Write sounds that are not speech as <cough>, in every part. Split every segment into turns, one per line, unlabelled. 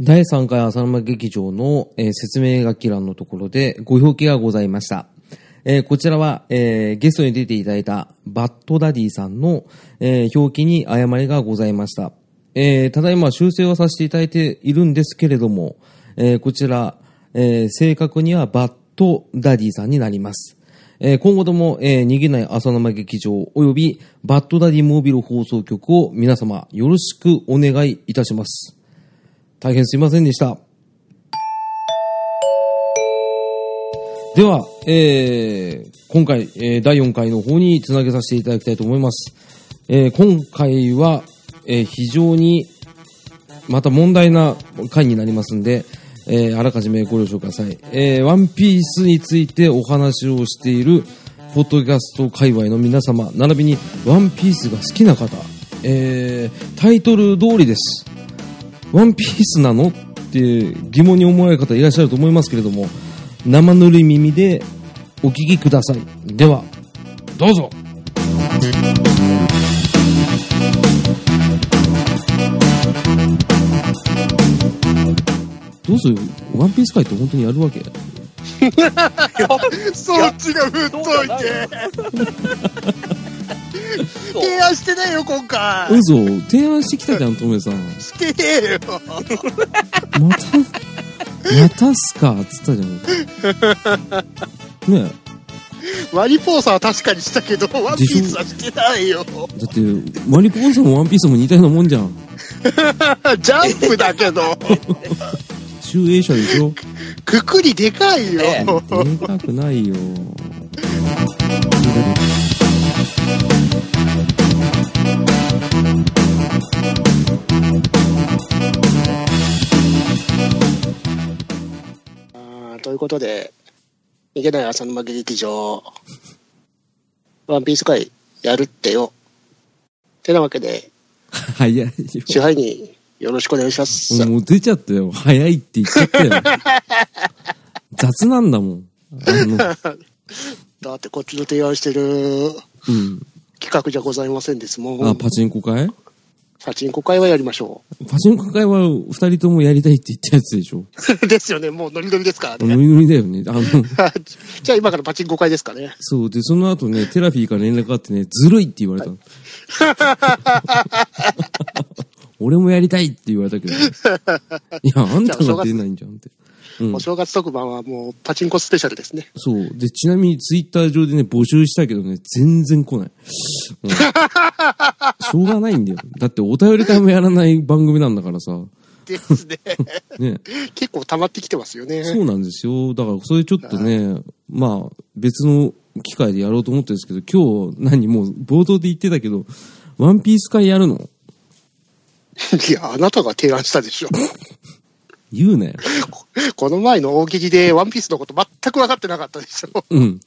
第3回浅沼劇場の、えー説明書き欄のところでご表記がございました。えーこちらは、えーゲストに出ていただいたバッドダディさんの、えー表記に誤りがございました。えーただいま修正をさせていただいているんですけれども、えーこちら、えー正確にはバッドダディさんになります。えー今後とも、えー逃げない浅沼劇場及びバッドダディモービル放送局を皆様よろしくお願いいたします。大変すいませんでした。では、えー今回、えー第4回の方につなげさせていただきたいと思います。えー今回は、えー非常にまた問題な回になりますんで、えーあらかじめご了承ください。えーワンピースについてお話をしている、ポッドキャスト界隈の皆様、並びにワンピースが好きな方、えータイトル通りです。ワンピースなのって疑問に思われる方いらっしゃると思いますけれども、生ぬるい耳でお聞きください。では、どうぞどうするワンピース界って本当にやるわけ
そっちが <laughs> 振っといて提案してないよ今回
嘘提案してきたじゃん、トメさん。
してねえよ
また、またっすかっつったじゃん。ね
ワニポーサーは確かにしたけどワンピースはしてないよ
え、だって、マリポンさんもワンピースも似たようなもんじゃん。
ジャンプだけ <laughs> ど
集英社でし <laughs> ょ
くくりでかいよ、
え
でかくないよ。
あーということでいけない浅沼劇場ワンピース会やるってよてなわけで
早いよ。
支配人よろしくお願いします、
もう出ちゃったよ。早いって言っちゃったよ。雑なんだもん。あの、
だってこっちの提案してる
<laughs> うん。
企画じゃございませんですもん
あ、パチンコ会
パチンコ会はやりましょ
パチンコ会は二人ともやりたいって言ったやつでしょ。
う。 <laughs> ですよね、もうノリノリですから
ノ
ね。
リノリだよね。あの、
じゃあ今からパチンコ会ですかね。
そう。で、その後ね、テラフィーから連絡があってね、ずるいって言わ <laughs> れたの。俺もやりたいって言われたけど、ね、いや、あんたが出ないんじゃんって。うん
お。正月特番はもうパチンコスペシャルですね。
そう。で、ちなみにツイッター上でね、募集したけどね、全然来ない。うんしょうがないんだよ。だってお便り会もやらない番組なんだからさ。
ですね。
ね。
<laughs> 結構溜まってきてますよね。
そうなんですよ。だから、それちょっとね、まあ、別の機会でやろうと思ってるんですけど、今日、何、もう冒頭で言ってたけど、ワンピース会やるの
いや、あなたが提案したでしょ。
言うなよ。
この前の大喜利でワンピースのこと全く分かってなかったでしょ。
うん。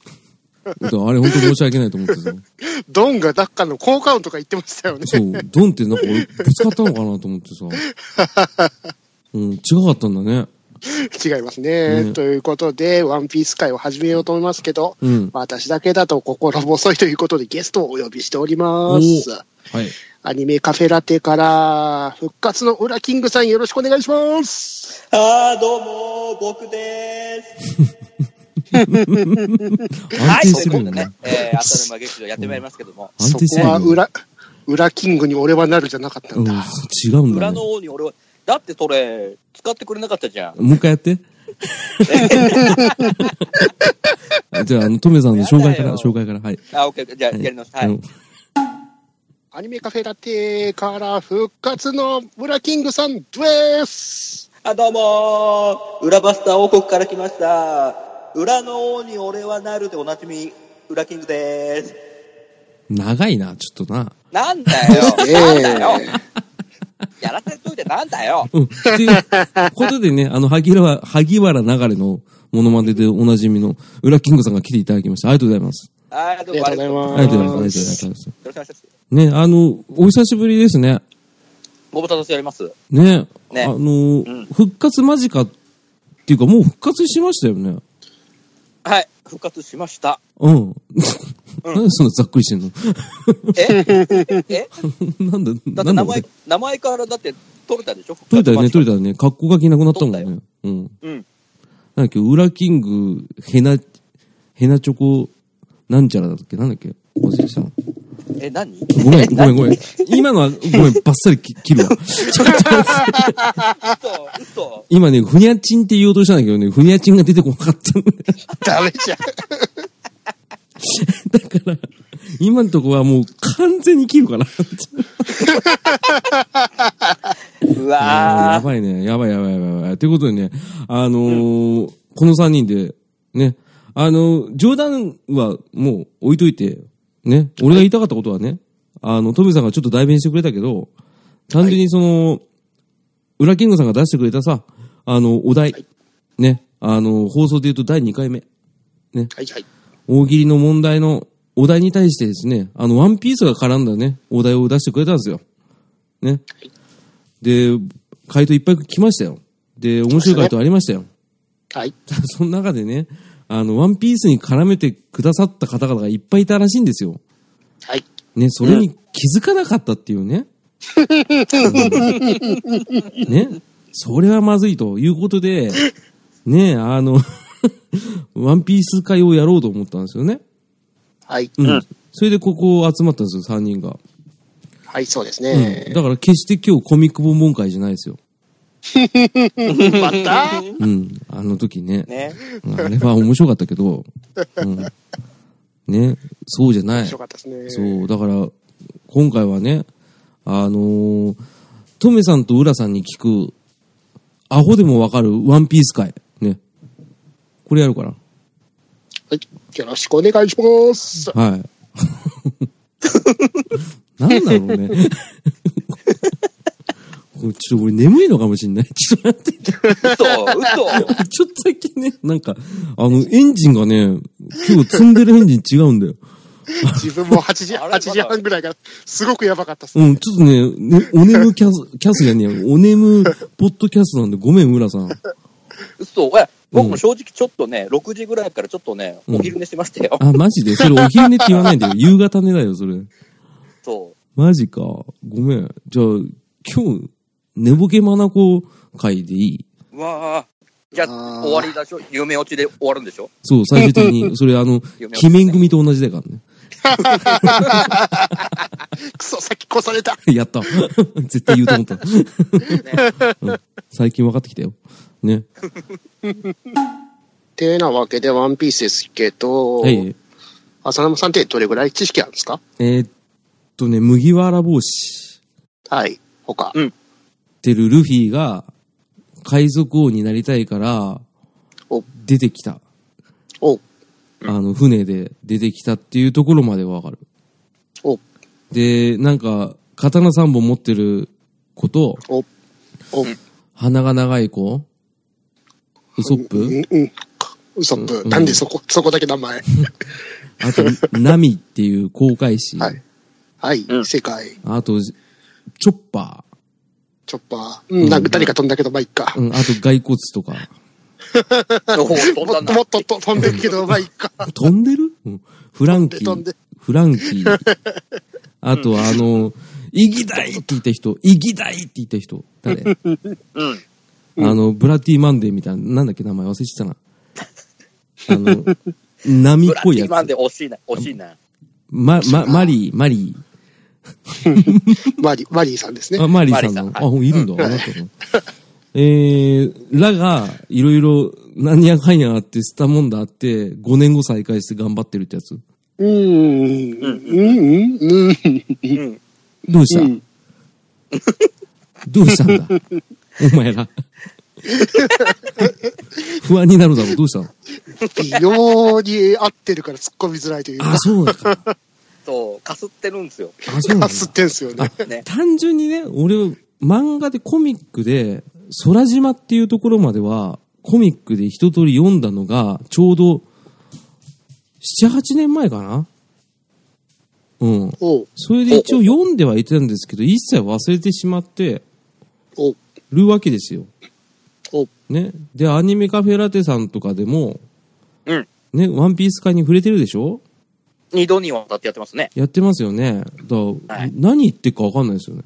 だからあれ、本当申し訳ないと思ってさ。
ドンがダッカの効果音とか言ってましたよね。
そう、ドンってなんか俺ぶつかったのかなと思ってさ。うん、違かったんだね。
違いますね。
ね
ということで、ワンピース会を始めようと思いますけど、
うん
私だけだと心細いということでゲストをお呼びしております。
はい。
アニメカフェラテから、復活のウラキングさんよろしくお願いします。
あー、どうも、僕でーす。
安定するよね。
はいということでね、えー、浅沼劇場やってまいりますけども、
安
そ
定して
こ
る
は
よね。
裏、裏キングに俺はなるじゃなかった
うんん、
だ。
違うんだ
裏
ね。
の王に俺は、だってそれ、使ってくれなかったじゃん。
もう一回や
<laughs>
って。じゃあ、あの、トメさんの紹介から、
やだよ
紹介から。はい。
あ、オッケー、じゃあ、
はい
やり直す。は
う
い
ん。
アニメカフェラテから復活のウラキングさんです。
あ、どうもー、裏バスター王国から来ました。裏の王に俺はなるでおなじみ、裏キングでーす。
長いな、ちょっとな。
なんだよ、
え
なんだよ。 <laughs> やらせといてなんだよ。
うん。っていうことでね、あの、萩原、萩原流れのモノマネでおなじみの、浦キングさんが来ていただきました。ありがとうございます。
はい、どうも
ありがとう
あ
ございま
りがとうござい
あー
ます。ありがとうございま
よろしくお願いします。
す。ね、あの、お久しぶりですね。
ご無沙汰しております。
ね。
ね
あの、
ん
復活間近っていうか、もう復活しましたよね。 <laughs>
はい、復活しました。
うん。なんでそんなざっくりしてんの
ええ
<laughs> なんだ、
だっ
な
て
んだ
名
これ
前、名前からだって取れたでしょ
取れたよね、取
れ
れたよね。格好書きなくなったもん
取
ね。うん。
た。うん。
なんだっけ、ウラキング、ヘナ、ヘナチョコ、なんちゃらだっけなんだっけ忘れてた。
え、何
ごめん、
<laughs>
ごめん、ごめん。今のは、ごめん、バッサリき切るわ。
嘘、
<laughs>
嘘。
今ね、ふにゃちんって言おうとしたんだけどね、ふにゃちんが出てこなかったんだよ。
ダメじゃん。
だから、今のとこはもう完全に切るから。
う
や
わー。
ばいね。やばいやばいやばいやばい。ということでね、あのーこの3人で、ね、あのー冗談はもう置いといて、ね、俺が言いたかったことはね、あの、トムさんがちょっと代弁してくれたけど、単純にその、ウラキングさんが出してくれたさ、あの、お題、ね、あの、放送で言うと第2回目、
はいはい。
大喜利の問題のお題に対してですね、あの、ワンピースが絡んだね、お題を出してくれたんですよ。ね。で、回答いっぱい来ましたよ。で、面白い回答ありましたよ。 <laughs>
はい。
その中でね、あの、ワンピースに絡めてくださった方々がいっぱいいたらしいんですよ。
はい。
ね、それに気づかなかったっていうね。 <laughs> うんね、それはまずいということで、ね、あの、 <laughs> ワンピース会をやろうと思ったんですよね。
はい。
うん。
うん
それでここ集まったんですよ、3人が。
はい、そうです
うん
ね。
だから決して今日コミックボンボン会じゃないですよ。
また
うん。あの時ね。
ね。
うんあれは面白かったけど、うん。ね、そうじゃない
面白。かったですね。
そう、だから、今回はね、あのー、トメさんと浦さんに聞く、アホでもわかるワンピース会。ね。これやるから。
はい。よろしくお願いします。
はい。 <laughs> なんだろうね。 <laughs> これちょっと俺眠いのかもしんない。 <laughs> ちょっと待って。
嘘、嘘。
ちょっとだけね、なんか、あの、エンジンがね、今日積んでるエンジン違うんだよ。
自分も8時、
あれ
8時半ぐらいから、すごくやばかったです。
うん、ちょっとね、ねおねむキャス、キャスじゃねえよ。おねむポッドキャストなんで、ごめん、浦さん。
嘘。いや僕も正直ちょっとね、6時ぐらいからちょっとね、
うん
お昼寝してましたよ。
あ、マジでそれお昼寝って言わないんだよ。夕方寝だよ、それ。
そ。
マジか。ごめん。じゃあ、今日、寝ぼけまなこ会でいいう
うわあ。じゃあ、
あー
終わりだしょ夢落ちで終わるんでしょ
そう、最終的に、それあの、鬼面組と同じだからね。 <laughs>
クソ、先越された。
やった。絶対言うと思った。
ね
最近分かってきたよ。ね。
てなわけで、ワンピースですけど、
はい。
浅沼さんってどれぐらい知識あるんですか
えーっとね、麦わら帽子
はい。他。
うん
ってるルフィが、海賊王になりたいから
お、
出てきた。
お、
あの、船で出てきたっていうところまでわかる。
お、
で、なんか、刀三本持ってる子と、
お、お、
鼻が長い子ウソッ
う
プ
ん、うん。ウソップ。
うん
なんでそこ、そこだけ
<laughs>
名前。
あと、ナミっていう航海士。
はいはい、
うん
世界。
あと、チョッパ
チョッパー。うん、なんか誰か飛んだけど、まあ、いっか
ー。。うん、あと、骸骨とか。
おー
<laughs>
も
飛
っ
んだ
と
な
も。っとと飛んでるけど、まあ、いっか。
飛んでる、うん、フランキ
飛んで
ー。フランキー。あと、あの、イギダイって言った人。イギダイって言った人。誰
うん。
あの、ブラティマンデーみたいな、なんだっけ名前忘れてたな。あの、
<laughs>
波っ
ブラ
ぽい
ッ
や
クマン
つ。
で惜しいな、惜しいな。
ま、ま、マリー、マリー。
マリ、マリーさんです
あ、
ね。
マリーさん
マリーさん
の。
は
あ、
い
ほんいるんだ。あなたの。えー、らが、いろいろ、何やかんやあって、スタモンダあって、5年後再開して頑張ってるってやつ。
うーん。うん、うん、うん。
うん。
どうした、
うん
<laughs> どうしたんだお前ら。 <laughs> 不安になるだろう。どうしたの
微妙に合ってるから突っ込みづらいというか
あ、、そうだか。
そう、かすってるんですよ。
あ、そうなんだ。
吸ってんすよね。
あ
ね
<laughs> 単純にね、俺、漫画でコミックで、空島っていうところまでは、コミックで一通り読んだのが、ちょうど、7、8年前かなうん。
おう、
それで一応読んではいたんですけど、一切忘れてしまって
おう、
るわけですよ。
おう、
ね。で、アニメカフェラテさんとかでも、
うん。
ね、ワンピース界に触れてるでしょ
二度にわたってやってますね。
やってますよね。だ、
はい
何言ってるかわかんないですよね。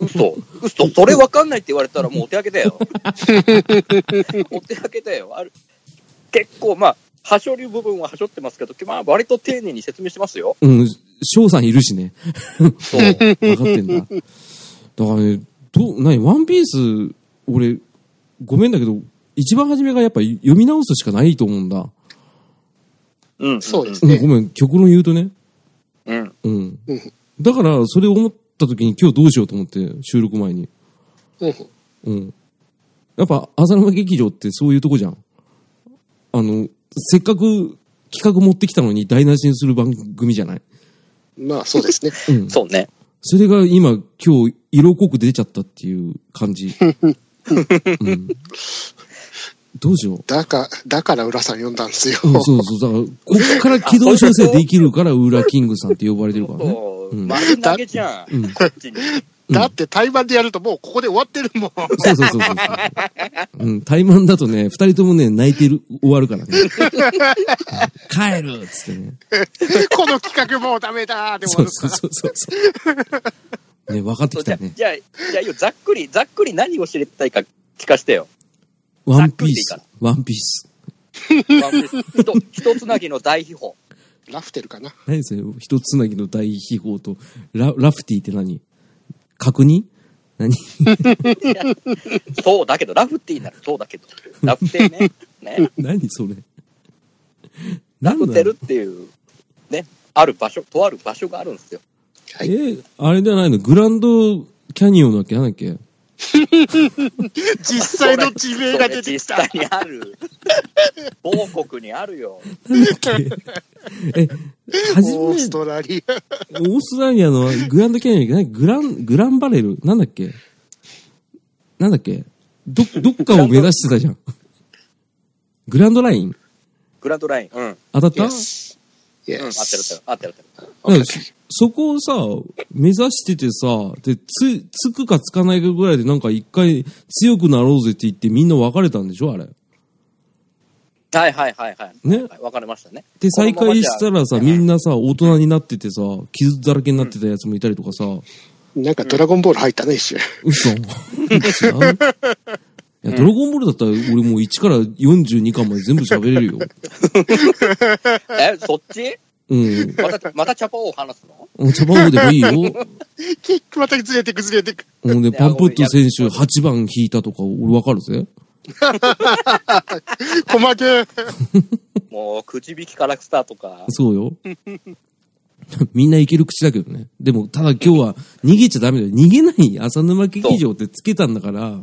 嘘。嘘。それわかんないって言われたらもうお手上げだよ。お手上げだよ。ある結構、まあ、はしょる部分ははしょってますけど、まあ、割と丁寧に説明してますよ。
うん、翔さんいるしね。
そう。
分かってんだ。だからね、どう、何、ワンピース、俺、ごめんだけど、一番初めがやっぱ読み直すしかないと思うんだ。
うん。
そうです
うん、
ね
ごめん、曲の言うとね。
うん。
うん
うん。
だから、それを思った時に今日どうしようと思って、収録前に。
うん。
うん。やっぱ、浅沼劇場ってそういうとこじゃん。あの、せっかく企画持ってきたのに台無しにする番組じゃない。
まあ、そうですね。
うん。
そうね。
それが今、今日、色濃く出ちゃったっていう感
<laughs>
じ。うん、どうしよう。
だか、だから浦さん呼んだんですよ。
<laughs>
うん、そうそう。だから、こっから軌道修正できるから、ウーラキングさんって呼ばれてるからね。
そう。
うん
丸投げじゃ
うん
ん。こっちに。
だって対バンでやるともうここで終わってる
<laughs>
もん。
そうそうそうそう。うん、怠慢だとね、二人ともね、泣いてる、終わるからね。帰るっつってね。
この企画もうダメだで終
そ
わ
うそう
るから。
そうそう。ね、分かってき
じゃ
た
あ、
ね。
じゃあ、じゃあいいよざっくり、ざっくり何を知りたいか聞かせてよ。
ワンピー
ざっ
ス
くり。
ワンピース。
ワンピースひとひとつなぎの大秘宝。
ラフテルかな。
何それ一つなぎの大秘宝と、ララフティって何確認何 <laughs>
そうだけど、ラフティーならそうだけど。ラフテーね。ね。
何それ
ラ
なんだ
フテルっていう、ね、ある場所、とある場所があるんですよ。
えーあれじゃないのグランドキャニオンだっけなんだっけ
実際の地名が出てき
そ
た
れ。実際にある。王国にあるよ。
なんだっけえ、初
オー
め
ス、トラリ
オーストラリアのグランドキャニオンだっけグラン、グランバレルなんだっけなんだっけど、どっかを目指してたじゃん。グランドライン
グランドライン。うん。
当たっ
ア。
た、
Yes.
うん、合ってる
Yes.
合ってる合ってる。
うんそそこをさ、目指しててさ、で、つ、つくかつかないかぐらいでなんか一回強くなろうぜって言ってみんな別れたんでしょあれ。
はいはいはいはい。
ね
はいわかりましたね。
で、再
このまま
会
じゃ
したらさ、みんなさ、大人になっててさ、傷だらけになってたやつもいたりとかさ、
なんかドラゴンボール入ったね、一瞬。
<laughs>
嘘違ういや、ドラゴンボールだったら俺もう1から42巻まで全部喋れるよ。
え、そっち
うん。
また、またチャパ王話すの
茶番号でもいいよ。
<laughs>
結局またずれてくずれてく。
ほんで、パンプット選手8番引いたとか俺わかるぜ。
細け
もう、くじ引きからスタートか。
そうよ。みんないける口だけどね。でも、ただ今日は逃げちゃダメだよ。逃げない浅沼劇場ってつけたんだから、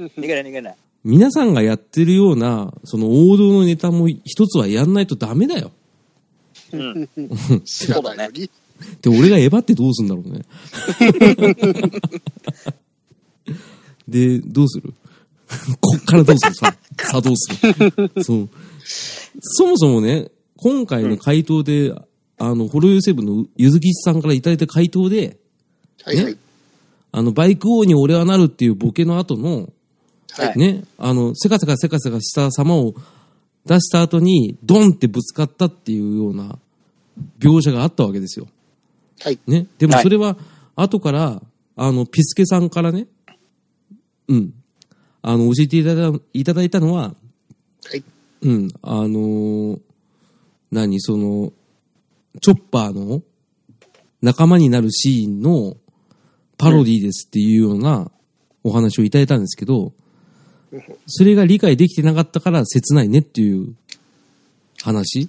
逃げない逃げない。
皆さんがやってるような、その王道のネタも一つはやんないとダメだよ。
うん。
え。知らないのに。
で、俺がエヴァってどうすんだろうね。 <laughs> で、どうするこっからどうするさ、さあどうするそう。そもそもね、今回の回答で、あの、ホロヨセブンのゆずきさんからいただいた回答で、
はいはい。
あの、バイク王に俺はなるっていうボケの後の、
はい。
ね、あの、せかせかせかせかした様を出した後に、ドンってぶつかったっていうような描写があったわけですよ。
はい。
ね。でも
はい
それは、後から、あの、ピスケさんからね、うん。あの、教えていただいただいたのは、
はい。
うん、あのー何、その、チョッパーの仲間になるシーンのパロディですっていうようなお話をいただいたんですけど、それが理解できてなかったから切ないねっていう話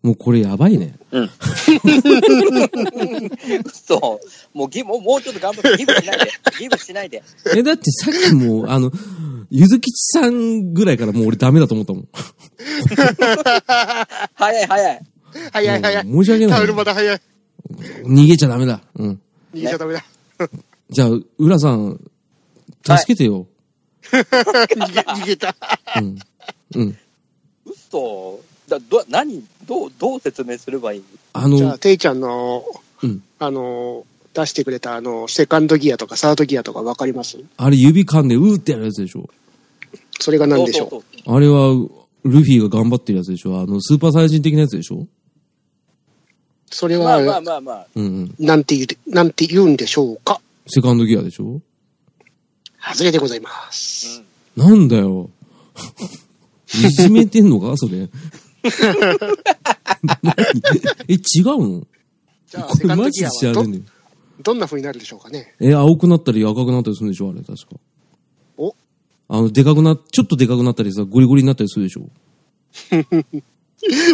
もうこれやばいね。
うん。そう。もうギブ、もうちょっと頑張って、ギブしないで。ギブしないで。
え、だってさっきもう、あの、ゆずきちさんぐらいからもう俺ダメだと思ったもん。
早い早い。
早い早い。
申し訳ない
タオルまだ早い。
逃げちゃダメだ。うん。
逃げちゃダ <laughs> メだ。
じゃあ、浦さん、助けてよ。
逃げ、逃げた。
うん。うん。
嘘だど何どうどう説明すればいい
あ
じゃ
の
あ、、ていちゃんの、
うん。
あの、出してくれた、あの、セカンドギアとかサードギアとかわかります
あれ指噛んでうーってやるやつでしょ。
それが何でしょう
そうそう
あれは、ルフィが頑張ってるやつでしょあの、スーパーサイヤ人的なやつでしょ
それ
まあまあ
は、
まあまあ。
うんうん。
なんて言う、なんて言うんでしょうか。
セカンドギアでしょ
外れでございます。
なんだ
<laughs>
よ。いじめてんのかそれ。何え、違うの
じゃあ、
こ
セカ
れ
ン
マ
ド
ジ
ギ
で
ア
知らねえ
はど
んだよ。
どんな風になるでしょうかね。
え、青くなったり赤くなったりするんでしょあれ、確か。
お
あの、でかくな、ちょっとでかくなったりさ、ゴリゴリになったりするでしょ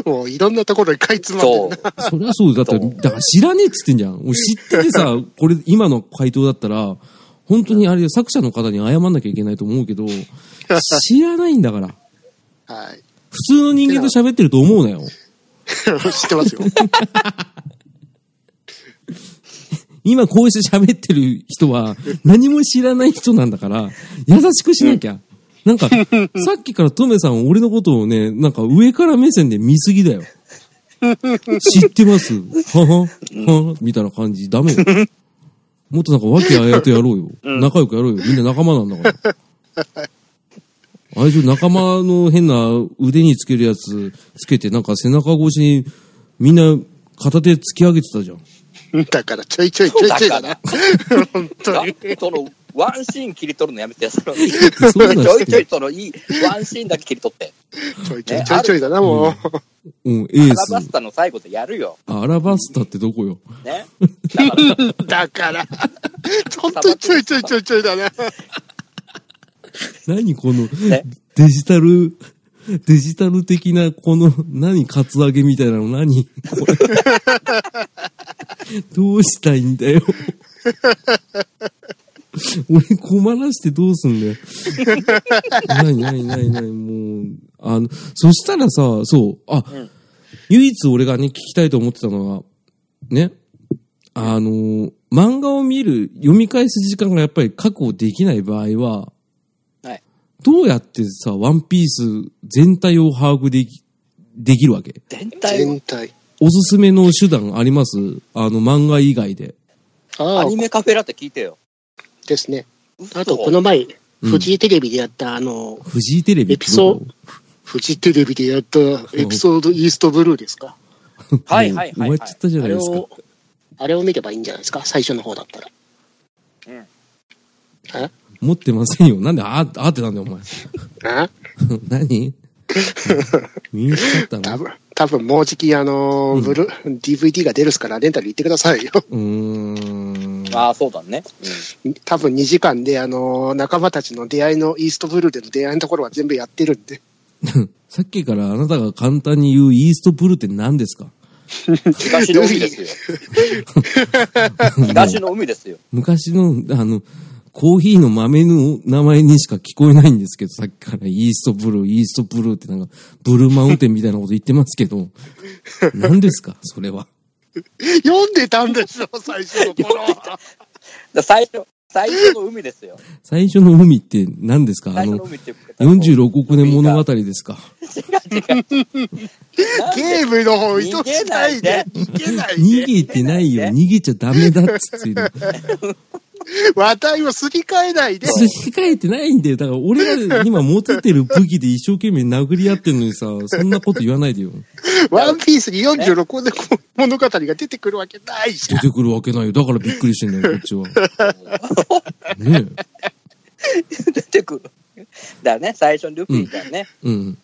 もういろんなところに買い詰まって
そ
る
う
な。。
<laughs> そりゃそうだって、だから知らねえっつってんじゃん。俺知ってて <laughs> さ、これ今の回答だったら、本当にあれ作者の方に謝んなきゃいけないと思うけど、知らないんだから。
はい。 <laughs>
普通の人間と喋ってると思うなよ。
知ってますよ。
今こうして喋ってる人は何も知らない人なんだから、優しくしなきゃ。なん <laughs> か、さっきからトメさん俺のことをね、なんか上から目線で見すぎだよ。知ってますはははみたいな感じ。ダメよ。もっとなんか和気あいあいとやろうよ。仲良くやろうよ。みんな仲間なんだから。あれじゃ仲間の変な腕につけるやつつけて、なんか背中越しにみんな片手突き上げてたじ <laughs> ゃん。
だからちょいちょいちょいちょいだな。本当に。
その、ワンシーン切り取るのやめて、その、
そんなん
ちょ
し
いちょ
て
い、その、いい、ワンシーンだけ切り取って。
ちょいちょいちょいちょいだな、もう。
うん、エ
ア
ー
ラバス
ス。
タの最後でやるよ。
アラバスタってどこよ
ね。だから、
だから。本当にちょいちょいちょいちょいだな。
<laughs> 何この
え
デジタル、デジタル的なこの、何カツアゲみたいなの何こ <laughs> れ。どうしたいんだよ。 <laughs> 俺困らしてどうすんだよ。 <laughs> ないないないない、もう。あの、そしたらさ、そう、あ、
ん
唯一俺がね、聞きたいと思ってたのは、ね、あのー漫画を見る、読み返す時間がやっぱり確保できない場合は、
はい
どうやってさ、ワンピース全体を把握でき、できるわけ
全体を
全体。
おすすめの手段ありますあの、漫画以外で。
あ
ア
あ
ニ、メカフェラテ聞いてよ。
ですね。
嘘
あと、この前、
うん
フジテレビでやった、あの、
フジテレビ
エピソーフジテレビでやったエピソードイーストブルーですか。
<laughs>
はいはいはいはい
終わっちゃったじゃな
あ
い
れ
ですか
を。、あれを見ればいいんじゃないですか、最初の方だったら。
うん
え
持ってませんよ。なんで、あ、あってなんだよ、お前。 <laughs>
あ
<laughs>
何見に来ちゃった
多
の
分多分もうじき、あのーブル、DVD が出るっすから、レンタル行ってくださいよ。
うーん。
ああ、そうだね。
多分2時間で、あのー仲間たちの出会いの、イーストブルーでの出会いのところは全部やってるんで。 <laughs>
さっきからあなたが簡単に言うイーストブルーって何ですか
うん東の海ですよ。東の海ですよ。
昔の、あの、コーヒーの豆の名前にしか聞こえないんですけど、さっきからイーストブルー、イーストブルーってなんか、ブルーマウンテンみたいなこと言ってますけ <laughs> ど、何ですかそれは。
読んでたんですよ、最初の頃は。
だ最初、最初の海ですよ。
最初の海って何ですかあ
最
の
初の、海って言うけど
46億年物語ですか
なんで
ゲームの方、意図しないで。逃げない
逃
で。
げてないよ。逃げちゃダメだっつって <laughs> 言うの。
<laughs> 話題をすり替えないで。
すり替えてないんだよ。だから俺が今持っててる武器で一生懸命殴り合ってるのにさ、そんなこと言わないでよ。
ワンピースに46で物語が出てくるわけないじゃ
出
ん。
てくるわけないよ。だからびっくりしてんだよ、こっ <laughs> ちは。ねえ。
<laughs> 出てくる。だね、最初にルフィがね、
うん。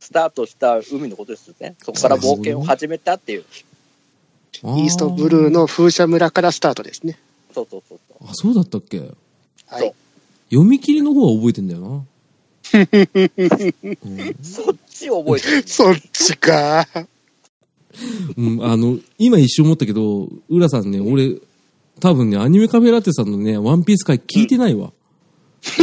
スタートした海のことですよね。そこから冒険を始めたっていう。
イーストブ
ー。
ルーの風車村からスタートですね。
そうそうそうそう。
あ、そうだったっけ
は
そ。
いう
読み切りの方は覚えてん
<laughs>
だよな。
そっちを覚えてる。
そっちか。
うん、あの、今一瞬思ったけど、浦さんね、俺、多分ね、アニメカフェラテさんのね、ワンピース回聞いてないわ。
<laughs>
嘘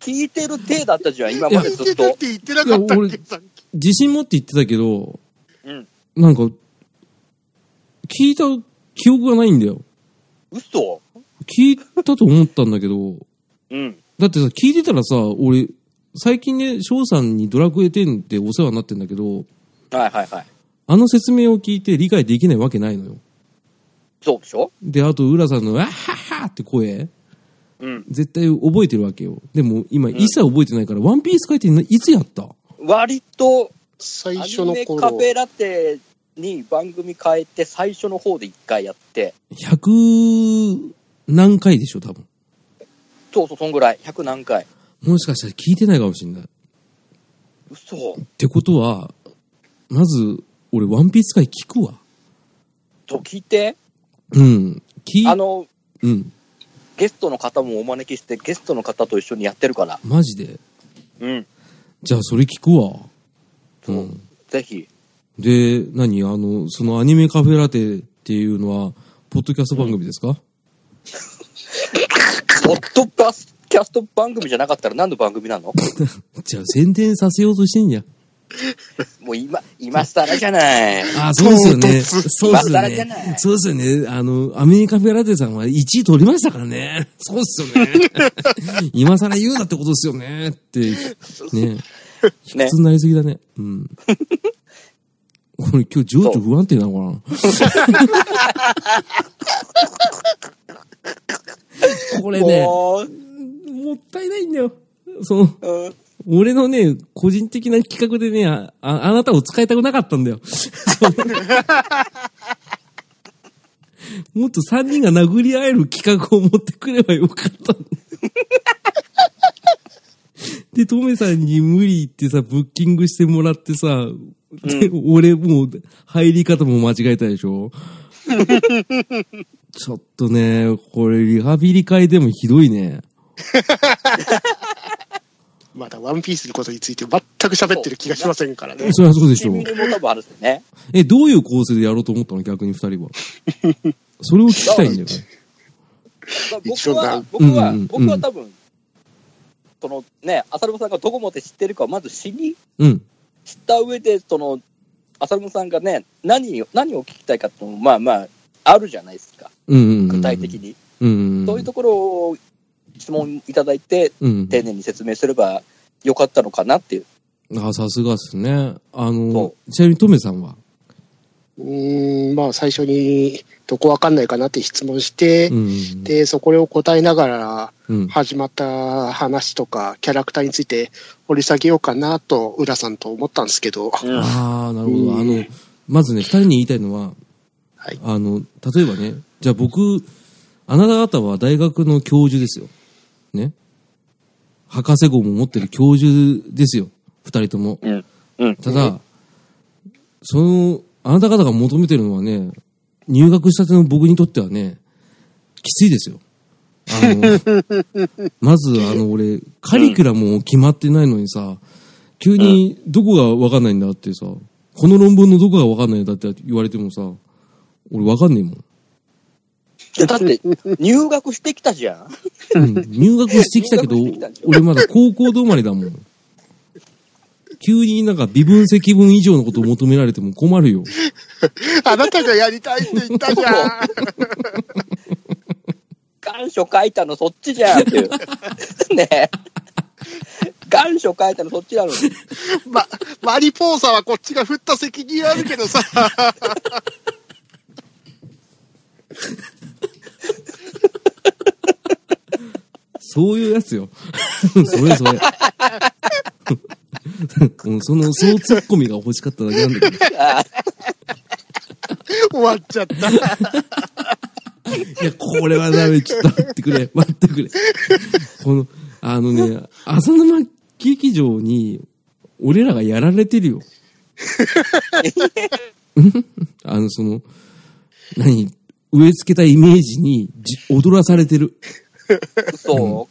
聞いてる体だったじゃん、今まで
聞い
ずって
るっ
と。
て言ってなかったっ
いや
けさっき
自信持って言ってたけど、
うん。
なんか、聞いた記憶がないんだよ。
嘘
聞いたと思ったんだけど、
うん。
だってさ、聞いてたらさ、俺、最近ね、翔さんにドラクエ10ってお世話になってんだけど、
はいはいはい。
あの説明を聞いて理解できないわけないのよ。
そうでしょ
で、あと、浦さんの、わっはっはって声。
うん。
絶対覚えてるわけよ。でも今一切覚えてないから、ワンピース書いていつやった
割と、
最
ア
初
ニ
の
メカ
頃
フェラテに番組変えて、最初の方で一回やって、
?100 何回でしょ、多分。
そうそう、そんぐらい。100何回。
もしかしたら聞いてないかもしれない。っ
嘘。
てことは、まず、俺、ワンピース会聞くわ。
と聞いて、
うん。聞い
あの、
うん。
ゲストの方もお招きして、ゲストの方と一緒にやってるから。
マジで。
うん。
じゃあ、それ聞くわ。。
そううんぜひ。
で、何あの、そのアニメカフェラテっていうのは、ポッドキャスト番組ですか、
ポッドバスキャスト番組じゃなかったら何の番
<laughs>
組なの
じゃあ、宣伝させようとしてんじゃん。
もう今、今更じゃない。
あ、そうですよね。
唐突
そうですよ
今更じゃな
ね。
い
そうですよね。あの、アメリカフェラテさんは1位取りましたからね。 <laughs> そうですよね。 <laughs> 今更言うなってことですよね。って、 <laughs> ね。卑屈になりすぎだね。 <laughs> うん。これ今日情緒不安定なのかなこれね、も
もう、
ったいないんだよ。その、
うん、
俺のね、個人的な企画でね、あ、ああなたを使いたくなかったんだよ。 <laughs> そうもっと3人が殴り合える企画を持ってくればよかったのに。 <laughs> で、トメさんに無理言ってさ、ブッキングしてもらってさ、で俺もう入り方も間違えたでしょ <laughs> ちょっとね、これリハビリ会でもひどいね。
まだワンピースのことについて全く喋ってる気がしませんからね。
そりゃそうでし
シ
ょ
ン。グルも多分あるんですよね。
え、どういう構成でやろうと思ったの逆に二人は。それを聞きたいんだよ
<laughs>
ね。
まあ
一緒
僕
だ
は、僕は、
うんうんうん
僕は多分、そのね、浅沼さんがどこまで知ってるかをまず知り、
うん。
知った上で、その、浅沼さんがね、何を、何を聞きたいかっていうのも、まあまあ、あるじゃないですか、
うんうんうん。
具体的に。
うんうんうん。
そういうところを質問いただいて、
うん。
丁寧に説明すればよかったのかなっていう。
あ、さすがっすね。あの
そ、
ちなみにトメさんは。
うーん、まあ最初にどこわかんないかなって質問して、
うん。
で、そこを答えながら
うん。
始まった話とか、キャラクターについて掘り下げようかなと、浦さんと思ったんですけど、
ああ、なるほど。あ
う
の
ん、
まずね、二人に言いたいのは、
はい
あの、例えばね、じゃあ僕、あなた方は大学の教授ですよ。ね。博士号も持ってる教授ですよ。二人とも。
うん。うん。
ただ、その、あなた方が求めてるのはね、入学したての僕にとってはね、きついですよ。あの、まず、あの、俺、カリキュラムも決まってないのにさ、急にどこがわかんないんだってさ、この論文のどこがわかんないんだって言われてもさ、俺わかんねえもん。
だ <laughs> って、入学してきたじゃん。
うん入学してきたけど
入学してきたんでし、ょ
俺まだ高校止まりだもん。急になんか微分積分以上のことを求められても困るよ。
あなたがやりたいって言ったじ
<laughs>
ゃん
願書書いたのそっちじゃん <laughs> っていう。ねえ。願書書いたのそっちなのに。
ま、マリポーサはこっちが振った責任あるけ
<laughs>
どさ。
そういうやつよ。 <laughs> それそれ。 <laughs> うんその、そうツッコミが欲しかっただけなんだけど。
あ
終わっちゃった。
いや、これはダメ。ちょっと待ってくれ。 <laughs> 待ってくれ。この、あのね、浅沼劇場に、俺らがやられてるよ。 <laughs> あの、その、何植え付けたイメージにじ踊らされてる。
そ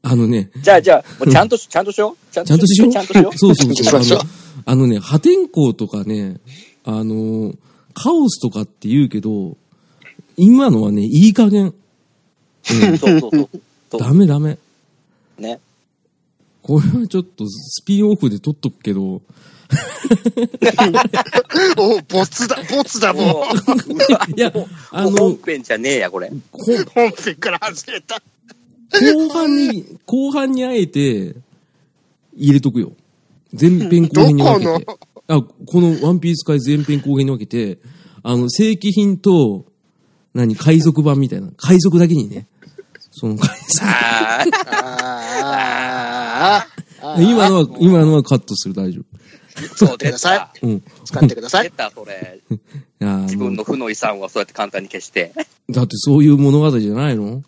あのね、
う。じゃあじゃあ、もうちゃんとし、ちゃんとしよう。ちゃん
ちゃんとしよう。
ちゃんとしよ
<laughs>
う。
そうそう
ちゃ
そ
ん
う
としよう。
あのあのね、破天荒とかね、あの、カオスとかって言うけど、今のはね、いい加減。
そうそうそう。そ
ダメダメ。
う。ね。
これはちょっとスピンオフで撮っとくけど、
おボツだ、ボツだ、も
も
う。
いや
う、 <laughs> もう、
あ
も
の
う本編じゃねえや、これ。
こ
本編から外れた。
<laughs> 後半に、後半にあえて、入れとくよ。前編後編に分けて。
どこ
あ、このワンピース界前編後編に分けて、あの、正規品と、何、海賊版みたいな。海賊だけにね。その会社。
あー
あーあー。
今のは、今のはカットする、大丈
そう、出た。
夫。うん。
使ってくださ
出
い。
た、それ。
いやー
自
もう
分の負の遺産はそうやって簡単に消して。
だってそういう物語じゃないの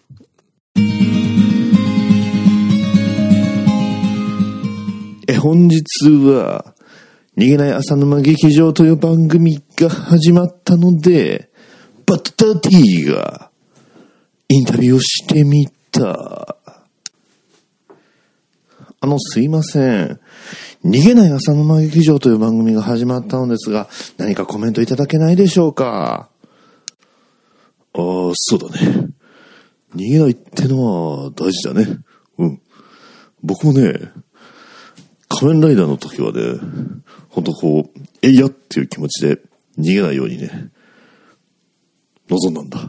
え、本日は、逃げない浅沼劇場という番組が始まったので、バッターティがインタビューをしてみた。あの、すいません。逃げない浅沼劇場という番組が始まったのですが、何かコメントいただけないでしょうかああ、そうだね。逃げないってのは大事だね。うん。僕もね、仮面ライダーの時はね、ほんとこう、えいやっていう気持ちで逃げないようにね、望んだんだ。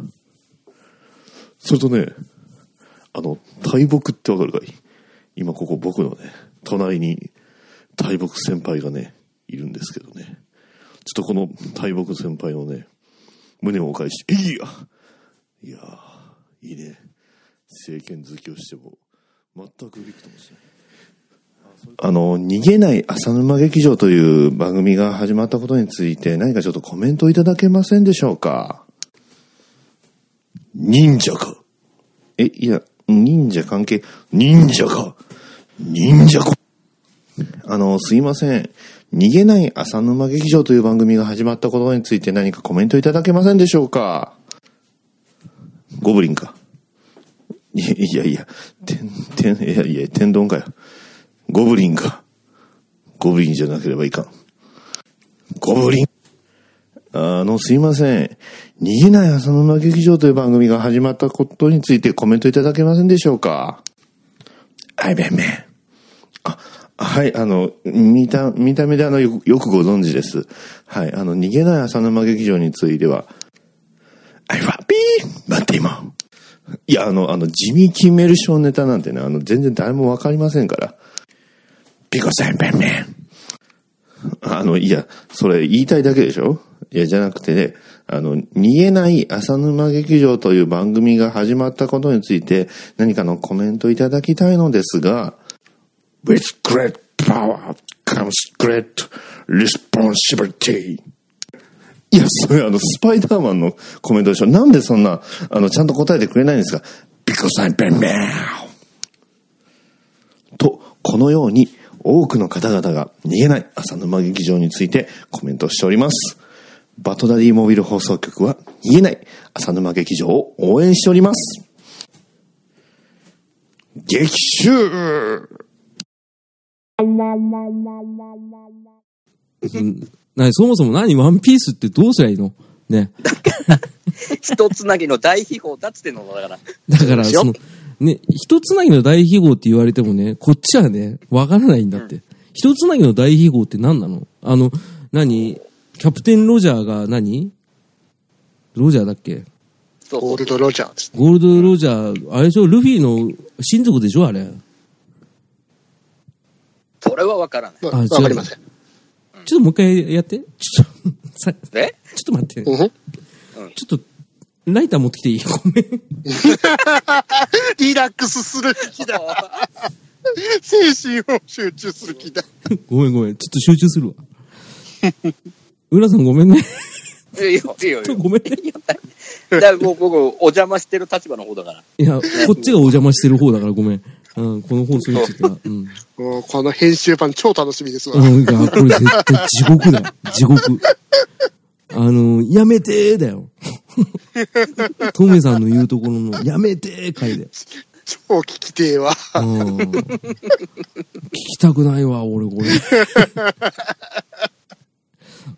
それとね、あの、大木ってわかるかい今ここ僕のね、隣に大木先輩がね、いるんですけどね。ちょっとこの大木先輩のね、胸をお返し、えいやいやーいいね。政権好きをしても、全くびくともしない。あの、逃げない浅沼劇場という番組が始まったことについて何かちょっとコメントいただけませんでしょうか忍者か。え、いや、忍者関係、忍者か。忍者か。あの、すいません。逃げない浅沼劇場という番組が始まったことについて何かコメントいただけませんでしょうかゴブリンか。いやいやいや、てん、てん、いやいや、天丼かよ。ゴブリンか。ゴブリンじゃなければいかん。ゴブリン。あの、すいません。逃げない浅沼劇場という番組が始まったことについてコメントいただけませんでしょうかあいべんべん。あ、はい、あの、見た、見た目であの、よくよくご存知です。はい、あの、逃げない浅沼劇場については、あいわぴー待って今。いや、あの、あの、地味キメルションネタなんてね、あの、全然誰もわかりませんから。ピコさんペンペン。あの、いや、それ言いたいだけでしょいや、じゃなくてね、あの、逃げない浅沼劇場という番組が始まったことについて何かのコメントいただきたいのですが、With great power comes great responsibility. いや、それあの、スパイダーマンのコメントでしょなんでそんな、あの、ちゃんと答えてくれないんですかピコさんペンペン。と、このように多くの方々が逃げない浅沼劇場についてコメントしております。バトダディモビル放送局は逃げない浅沼劇場を応援しております。激臭
<laughs>
うんなにそもそも何ワンピースってどうすりゃいいのね。
一つなぎの大秘宝だっつってんのだから。
だから、
そうですよ
その、ね、一つなぎの大秘宝って言われてもね、こっちはね、わからないんだって。一つなぎの大秘宝って何なのあの、何キャプテンロジャーが何ロジャーだっけ
そう
ゴ
そ
ールドロジャーです。
ゴールドロジャー、あれでしょルフィの親族でしょあれ。
う。それはわからない。
わ
あ違う
わかりません。
ちょっともう一回やって。ちょっと、さちょ
え
っと待って。
うんふん
ちょっと、ライター持ってきていいごめん。
リラックスする気だ。精神を集中する気だ。
ごめんごめん。ちょっと集中するわ。浦さんごめん
<laughs>
ね。
いやいやいやいや。
ごめんね。
だから僕、僕、お邪魔してる立場の方だから。
いや、こっちがお邪魔してる方だからごめん。うん、この放送については。うん。
<laughs> もうこの編集版超楽しみですわ。
うん、いやこれ絶対地獄だよ。地獄。あの、やめてーだよ。トメさんの言うところの、やめてー回で。
超聞きてえわ。 <laughs>
うん。聞きたくないわ、俺、これ。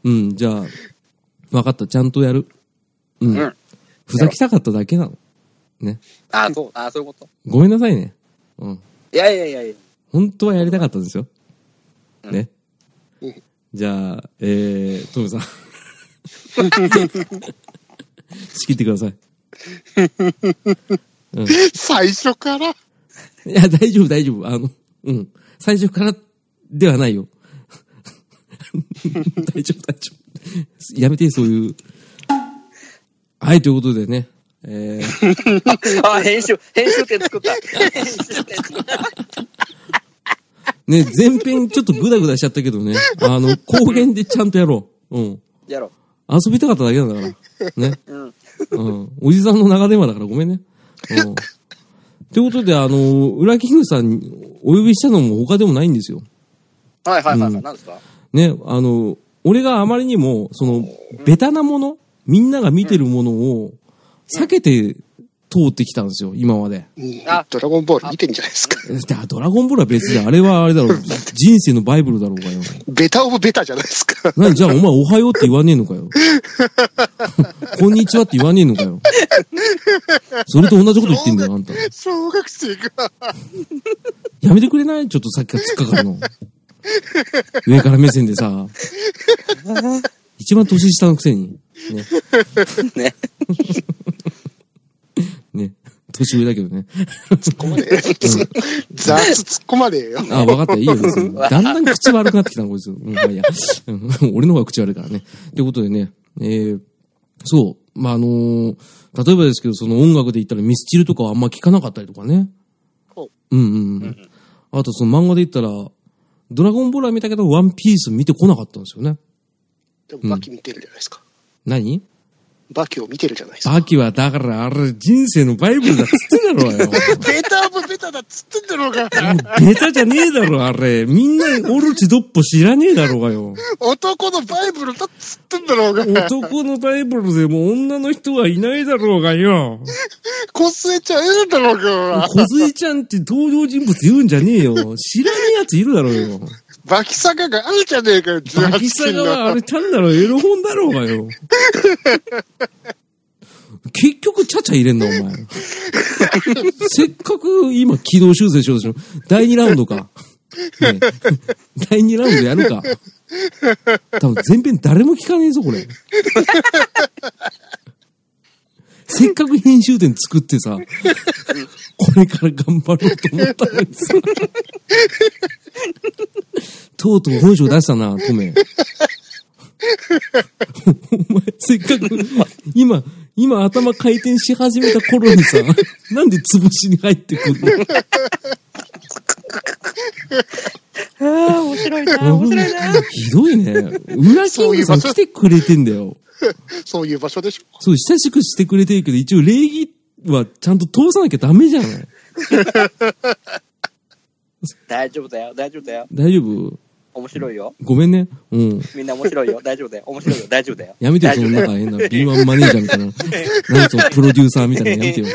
うん、じゃあ、わかった、ちゃんとやる。うん。
うん
ふざけたかっただけなの。ね。
あ、そう、あ、そういうこと。
ごめんなさいね。うん。
いやいやいやいや。
本当はやりたかったんですよ。
うん
ね
うん。
じゃあ、えー、トムさん。仕切ってください。
最初から。
いや、大丈夫、大丈夫。あの、うん。最初からではないよ。 <laughs> 大丈夫、大丈夫。やめて、そういう。はい、ということでね。えー
あ、編集、編集点作った。編集点作った。
ね、前編ちょっとグダグダしちゃったけどね。あの、後編でちゃんとやろう。うん。
やろ
遊びたかっただけなんだから。ね。
う。うん。
うん。おじさんの長電話だからごめんね。うん。ってことで、あの、裏キングさんにお呼びしたのも他でもないんですよ。
はいはいはい、
う
は
ん
い。何ですか
ね、あの、俺があまりにも、その、ベタなもの、みんなが見てるものを避けて通ってきたんですよ、今まで。
うん
あ
ドラゴンボール見てんじゃないですか。
だからドラゴンボールは別で、あれはあれだろう、人生のバイブルだろうがよ。
ベタオブベタじゃないですか。
何じゃあお前おはようって言わねえのかよ。 <laughs> こんにちはって言わねえのかよ。それと同じこと言ってんだよ、あんた。
<laughs> 小学生が。
やめてくれないちょっとさっきから突っかかるの。上から目線でさ。一番年下のくせに。 <laughs> ね。
ね。
<laughs> ね。年上だけどね。
突っ込まねえ。 <laughs> 雑突っ込まねえよ。
あ、分かった。いいよ、別 <laughs> にだんだん口悪くなってきたな、こいつ。うん、まあいいや。うん <laughs> 俺の方が口悪いからね。ってことでね、えー、そう。まあ、あのー例えばですけど、その音楽で言ったらミスチルとかはあんま聞かなかったりとかね。
ほ
うんうんうん。あと、その漫画で言ったら、ドラゴンボールは見たけど、ワンピース見てこなかったんですよね。
でもバキ見てるじゃないですか。
何
バキを見てるじゃないですか。
バキは、だから、あれ、人生のバイブルだっつってんだろ <laughs> うよ。
ベタオブベタだっつってんだろうが。
ベタじゃねえだろ、あれ。みんな、オルチドッポ知らねえだろうがよ。
男のバイブルだっつってんだろうが。
男のバイブルでも女の人はいないだろうがよ。
こすえちゃえるんだろうが。
小杉ちゃんって登場人物言うんじゃねえよ。知らねえやついるだろうよ。
バキサガがあるじゃねえかよ、
バ
18
キサ
金
ガ
の。
はあれ単なるエロ本だろうがよ。結局、ちゃちゃ入れんな、お前。せっかく今、軌道修正しようとしろ。第2ラウンドか。ねえ第2ラウンドやるか。多分全編誰も聞かねえぞ、これ。せっかく編集点作ってさ、これから頑張ろうと思ったのにさ。とうとう本性出したな、トメ。お前、せっかく、今、今頭回転し始めた頃にさ、なんで潰しに入ってくるの
ああ、面白いな
ひどいね。裏キングさん来てくれてんだよ。
そういう場所でしょ。
そう、親しくしてくれてるけど、一応礼儀はちゃんと通さなきゃダメじゃない。
大丈夫だよ、大丈夫だよ。
大丈夫
面白いよ。
ごめんね。うん。
みんな面白いよ。大丈夫だよ。面白いよ。大丈夫だよ。
やめてよ、
大
そ
丈
の
夫だ
なん
よ
か変な敏腕マネージャーみたいな。
<laughs>
なんかそのプロデューサーみたいなのやめてよ。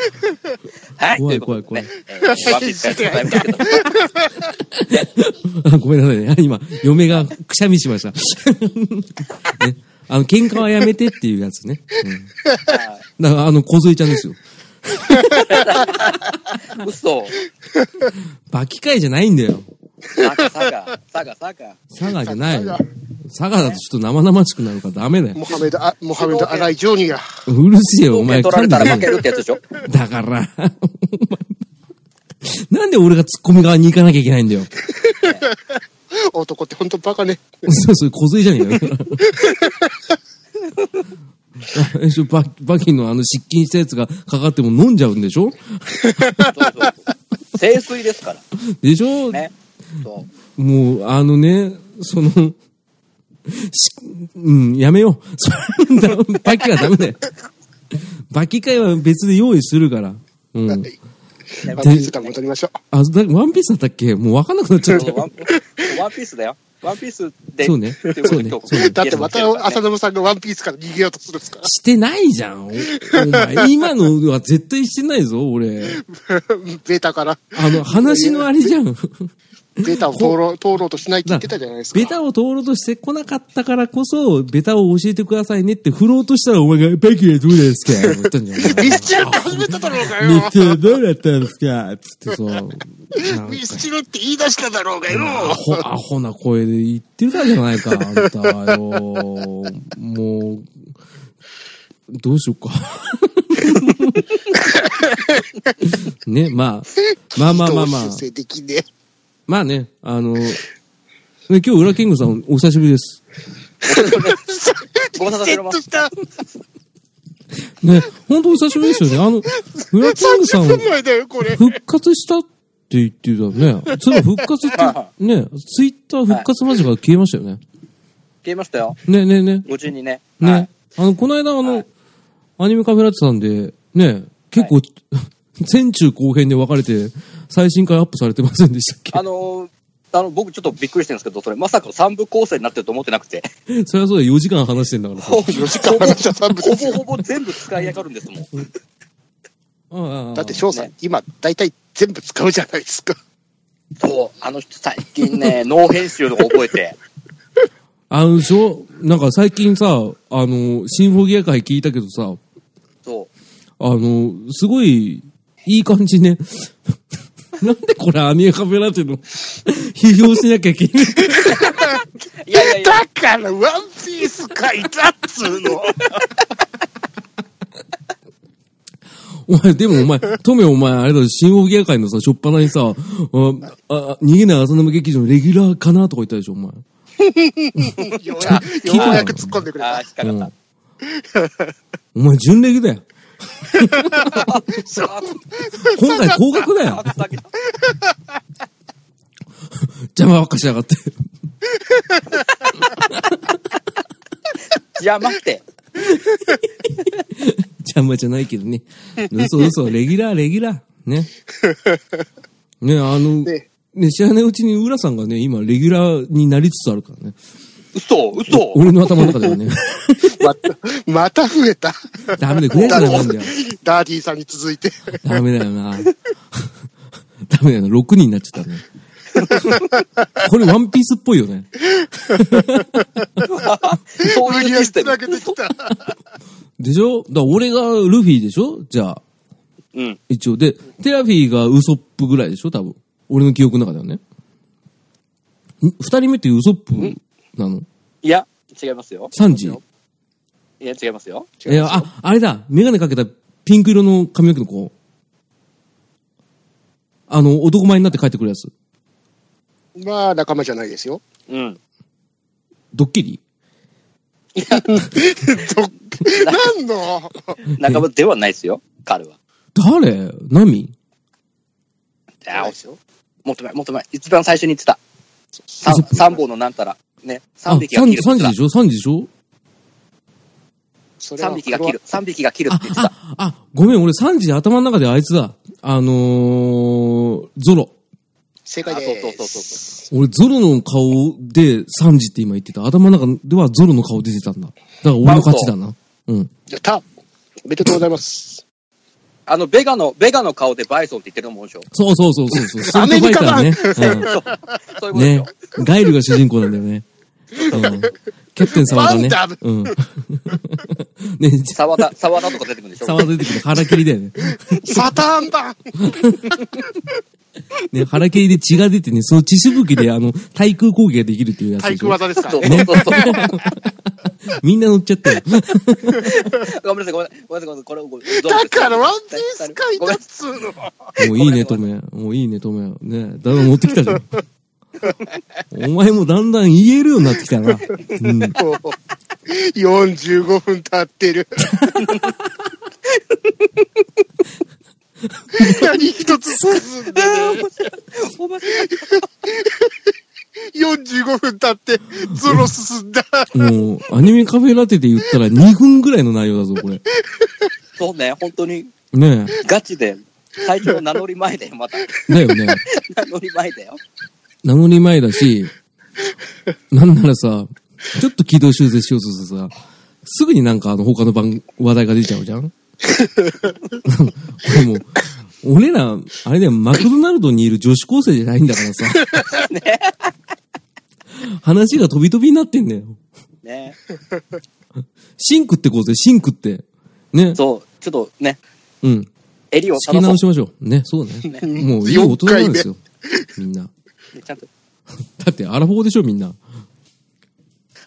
はい。
怖い
とうことでねえーワンピース
怖い
から答えましたけ
<laughs>
ど
あごめんなさいね。今、嫁がくしゃみしました。 <laughs> ね、あの、喧嘩はやめてっていうやつね。うん、だから、あの、小杉ちゃんですよ。
はい嘘。
バキ会じゃないんだよ。
サガ、サガ、サガ、サガ。
佐賀じゃないよ。佐賀だとちょっと生々しくなるからダメだよ。
モハメド、あモハメド・アライ・ジョニア。
うるせえよ、お
お
前。
前取ら
噛んでね
れたら負けるってやつでしょ。
だから、お前なんで俺がツッコミ側に行かなきゃいけないんだよ。
男って本当バカね。
そうそう、小杉じゃねえよ。あれでしょババキのあの失禁したやつがかかっても飲んじゃうんでしょ
そうそうそう清水ですから。
でしょ、
ね。そう。
もう、あのね、その、しうん、やめよう。 <laughs> それだバキはダメだよ。バキ会は別で用意するから。うん。
ね
で
静かに戻りましょ
あ、だワンピースだったっけもうわかんなくなっちゃった
そう。
<laughs>
ワンワンピースだよ。ワンピースで。
そうね
っていうことで
そうね
今日
そうね
う。だってまた浅沼さんがワンピースから逃げようとするんですから。
してないじゃん。おお前、今のは絶対してないぞ、俺。
ベタから。
あの、話のあれ
<laughs>
じゃん。
ベタを通ろう、通ろうとしないって言ってたじゃないですか。
ベタを通ろうとしてこなかったからこそ、ベタを教えてくださいねって振ろうとしたら、お前が、バキはどうですかって言ったんじゃん。
ミスチルって始めただろうが
ミ
よ
ス。チルどうだったんですかつってさ、なんか
ミスチルって言い出しただろうがよ。
アホ、アホな声で言ってるからじゃないか、あんたはよ。もう、どうしようか。ね、まあ、まあまあまあまあ
人を、修正できねえ。
まあね、あの、ね今日、裏キングさんお久しぶりです。
ご無沙汰しており
ッ
ま
と
す。
した。
ね、本当お久しぶりですよね。あの、フラキングさん、
30分前だよ、これ。
復活したって言ってたね。それ復活って、ね、ツイッター復活間近が消えましたよね。
消えましたよ。
ね、ね、ね。
無事にね。は
ね
い。。
あの、この間、あの、
はい
アニメカフェラテさんで、ね、結 <laughs> 構、前中後編で分かれて、最新回アップされてませんでしたっけ
あのーあの、僕ちょっとびっくりしてるんですけど、それまさか3部構成になってると思ってなくて、
それはそうだ、4時間話してんだからさ。
ほぼ
4時間話した3
<laughs>
部ですよ。
ほぼ全部使い上がるんですもん。
ああ
だって翔さん、今、大体全部使うじゃないですか。
そう、あの人最近ね、脳編集とか覚えて、
あの、しょ、なんか最近さ、あの、シンフォギア会聞いたけどさ、
そ
あの、すごい、いい感じね。 <laughs> なんでこれアニメカフェラテの <laughs> 批評しなきゃいけない。
う。いやいやいや、
だから、ワンピース書いたっつうの。
お前、でもお前、トメお前、あれだろ、シンフォギア会のさ、しょっぱなにさ、あ、あ逃げない浅沼劇場のレギュラーかなとか言ったでしょ、お前。
ようやくようやく突っ込んでくれ
ああ、
た
引。っかかっ
お前、純レギだよ。
た。あ
今回、高額だよ
あ、。だけど
邪魔ばっかしやがって。
邪魔って。
邪魔じゃないけどね。嘘嘘、レギュラー、レギュラー。ね。ね、あの、
ね
ね、知らないうちに浦さんがね、今、レギュラーになりつつあるからね。
嘘、嘘。
俺の頭の中ではね、
また、また増えた。
ダメだよ、増やしちゃダメだよ。
<laughs> ダーティーさんに続いて。
ダメだよな。 <laughs> ダメだよな、6人になっちゃったね。 <laughs> これワンピースっぽいよね。
そう
無理
いう
や
シ
り
ステ
繋
ム。
げてきた。
でしょだから俺がルフィでしょじゃあ、
うん。
一応。で、テラフィーがウソップぐらいでしょ多分。俺の記憶の中ではね。ん二人目ってウソップなの
いや、違いますよ。
三時
いや、違いますよ。
えーあ、あれだ。メガネかけたピンク色の髪の毛の子。あの、男前になって帰ってくるやつ。
<laughs> まあ、仲間じゃないですよ。
うん。
ドッキリ
なんの
仲間ではないですよ、彼は。
誰ナミ
あ
ない
あ
で、すよ。
もっと前、もっと前。一番最初に言ってた。三
そう
三本のなんたら。ね。
あ
三、匹が切る。
三時でしょ三時でしょ
それは
三匹が切る。三匹が切るって言ってた。
あ、あ、ごめん、俺3時で頭の中であいつだ。あのー、ゾロ。
正
あ
解
そう
で
そうそう
す。
そう。
俺、ゾロの顔で3時って今言ってた。頭の中ではゾロの顔出てたんだ。だから俺の勝ちだな。うん。
やったおめでとうございます。
あの、ベガの、ベガの顔でバイソンって言ってるの
<laughs>
もんでしょ。
そうそうそうそうそう。スト
<laughs> ア
リー
メ
トファ
リ
イ
カ
ター
版
ね。
<laughs>
うん
そういうことでし
ね
ょ。。
ガイルが主人公なんだよね。うん。キャプテン沢田ね。
ワンダム
うん。 <laughs> ね、じ
沢田、沢田とか出てくるんでしょ。
沢田出てくる腹切りだよね。
サターン版
ね、腹切りで血が出てね、その血しぶきであの、対空攻撃ができるっていうやつ
体
でしょ。
育技です
<laughs>
か
そ
ら
う
ね。
そうそうそう。
みんな乗っちゃったよ。
ごめんなさい、ごめんなさい、ごめんなさいごめんなさい、これ、ごめんなさい
だから、ワンピース書いたっつうの。
もういいね、
ご
トメ。もういいね、トメ。ね、だいぶ持ってきたじゃん。お前もだんだん言えるようになってきたな。うん。
もう45分経ってる。何一つ進
<laughs>
んでね。
ごめんなさい
45分経って、ゾロ進んだ。
もう、アニメカフェラテで言ったら2分ぐらいの内容だぞ、これ。
そうね、本当に、
ね
ガチで、最初の名乗り前だよ、また。 <laughs>
え。だよね。
名乗り前だよ。
名乗り前だ <laughs> し、なんならさ、ちょっと軌道修正しようとするとさ、すぐになんかあの他の番、話題が出ちゃ <laughs> うじゃんこれもう、俺ら、あれだよ、マクドナルドにいる女子高生じゃないんだから <laughs> さ。話が飛び飛びになってんだよ。
ね。
シンクってこうぜ、シンクって。ね。
そう、ちょっとね、
うん。
襟を
仕切り
正
直
そ
しましょう。ね、そうね。もういい大人なんですよ。みんな。
う。ちゃんと。
だって、アラフォーでしょ、みんな。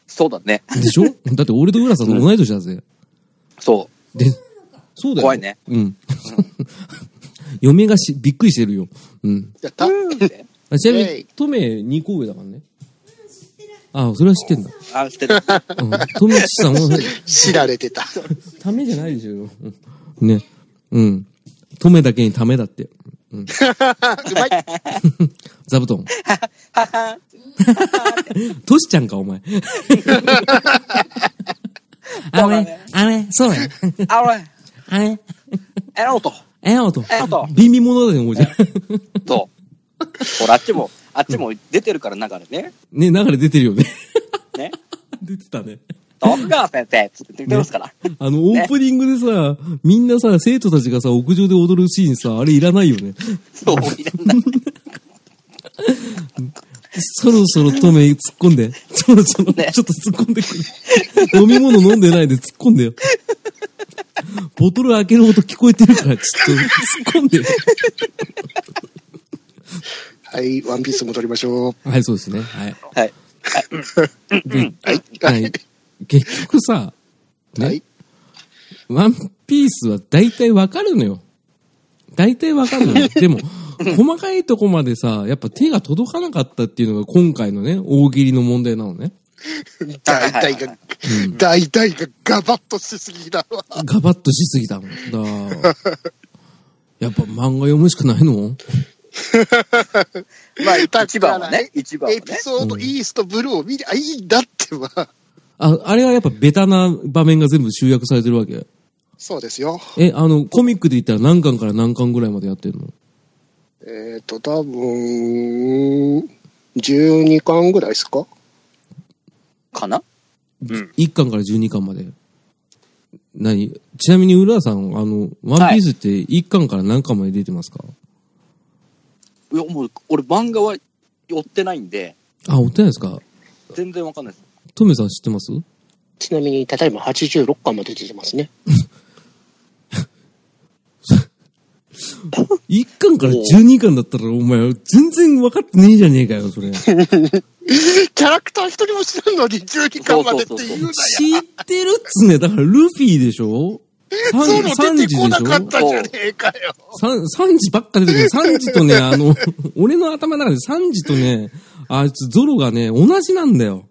そうだね。
で <laughs> しょだって俺と浦さんと同い年だぜ。
そ
で、そうだよ。
怖いね。
うん。 <laughs> 嫁がし、びっくりしてるよ。うん。
やった
う。
あちなみ
イェ
に
イ、
トメ2個上だからね。あ、それは知ってんだ。
あ、して
<laughs>
る。
うん。富吉さんは、
知られてた。
ためじゃないでしょ。うんね。うん。止めだけにためだって。うん。
うまい。
<laughs> 座布団。トシちゃんか、お前。あれ、あれ、それ、
あれ、
あれ、
エロと。
えおと。
えおと
ビンビン物だね、おじゃん。
そう。ほら、あっちも、あっちも出てるから中でね。
ね、流れ出てるよね。 <laughs>
ね。
出てたね。
徳川先生っつって言ってますから。
あの、オープニングでさ、みんなさ、生徒たちがさ、屋上で踊るシーンさ、あれいらないよね。
そう、いらない。
そろそろトメ突っ込んで。そろそろ、ちょ
ね
っと突っ込んでくる。飲み物飲んでないで突っ込んでよ。ボトル開ける音聞こえてるから、ちょっと突っ込んでよ。
はい、ワンピース戻りましょう。
はい、そうですね。はい。
はい。
で、
はい。は
はいい。。結局さ、ね、
はい。
ワンピースは大体わかるのよ。大体わかるのよ。でも、細かいとこまでさ、やっぱ手が届かなかったっていうのが今回のね、大喜利の問題なのね。
大体が、大体がガバッとしすぎだわ。
ガバッとしすぎたもんだから。やっぱ漫画読むしかないの
まあ、
だ
一
から
番はね、一番は
エ
ね。
ピソードイーストブルーを見りゃいいんだってば。
あ、あれはやっぱベタな場面が全部集約されてるわけ。
そうですよ。
え、あの、コミックで言ったら何巻から何巻ぐらいまでやってるの
えっ、ー、と、多分、12巻ぐらいですか
かな
?1 巻から12巻まで。何ちなみに浦さん、あの、ワンピースって1巻から何巻まで出てますか、
いや、もう、俺漫画は寄ってないんで、
あ、追ってないですか
全然わかんないです。
トメさん知ってます
<laughs> ちなみに、ただいま86巻まで出てますね。
?1 巻から12巻だったらお前全然分かってねえじゃねえかよ、そ
<laughs>
れ。知
キャラクター一人も知らんのに12巻までって言うな
っ
よ。
てるっつね。だからルフィでしょサン
<laughs> そういうの出てこなかっ
サンジでしょ
たじゃねえかよ。
三、三時ばっか出てく
<laughs>
る。三時とね、あの、俺の頭の中で三時とね、あいつゾロがね、同じなんだよ。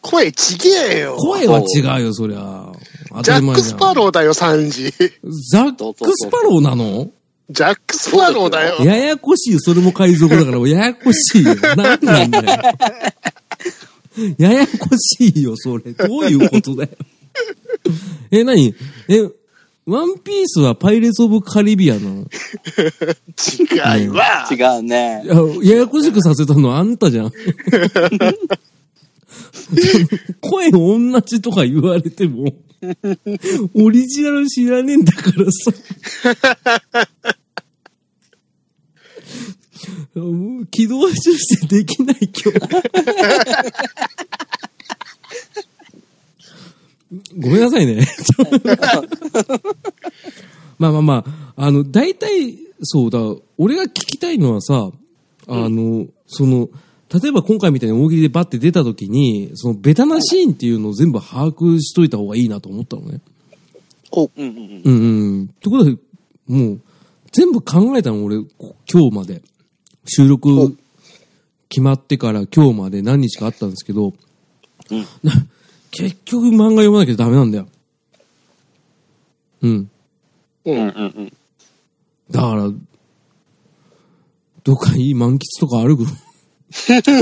声ちげえよ。
声は違うよ、そりゃ。当
ジ
た
ャ
り
ッ
前
ク・
じ
ス
ゃん。
パローだよ、サンジ。ジ
ザックスパローなの
ャック・スパローだよ。
ややこしいよ、それも海賊だから、ややこしいよ。なんなんだよ。ややこしいよ、それ。どういうことだよ。え、なにえ、ワンピースはパイレーツ・オブ・カリビアンなの
違いは。
違うね。
いやややこしくさせたのあんたじゃん。 <laughs> 声同じとか言われても、オリジナル知らねえんだからさ。もう軌道修正できない今日。ごめんなさいね。まあまあまあ、あの、大体、そうだ、俺が聞きたいのはさ、あの、その、例えば今回みたいに大喜利でバッて出た時に、そのベタなシーンっていうのを全部把握しといた方がいいなと思ったのね。
こ
うんうんうん。
うんうん。ってことで、もう、全部考えたの俺、こ今日まで。収録決まってから今日まで何日かあったんですけど、
うん
な <laughs> 結局漫画読まなきゃダメなんだよ。うん。
う
うん
ん。
うんうん。
だから、どっかいい満喫とかあるぐ
知らんか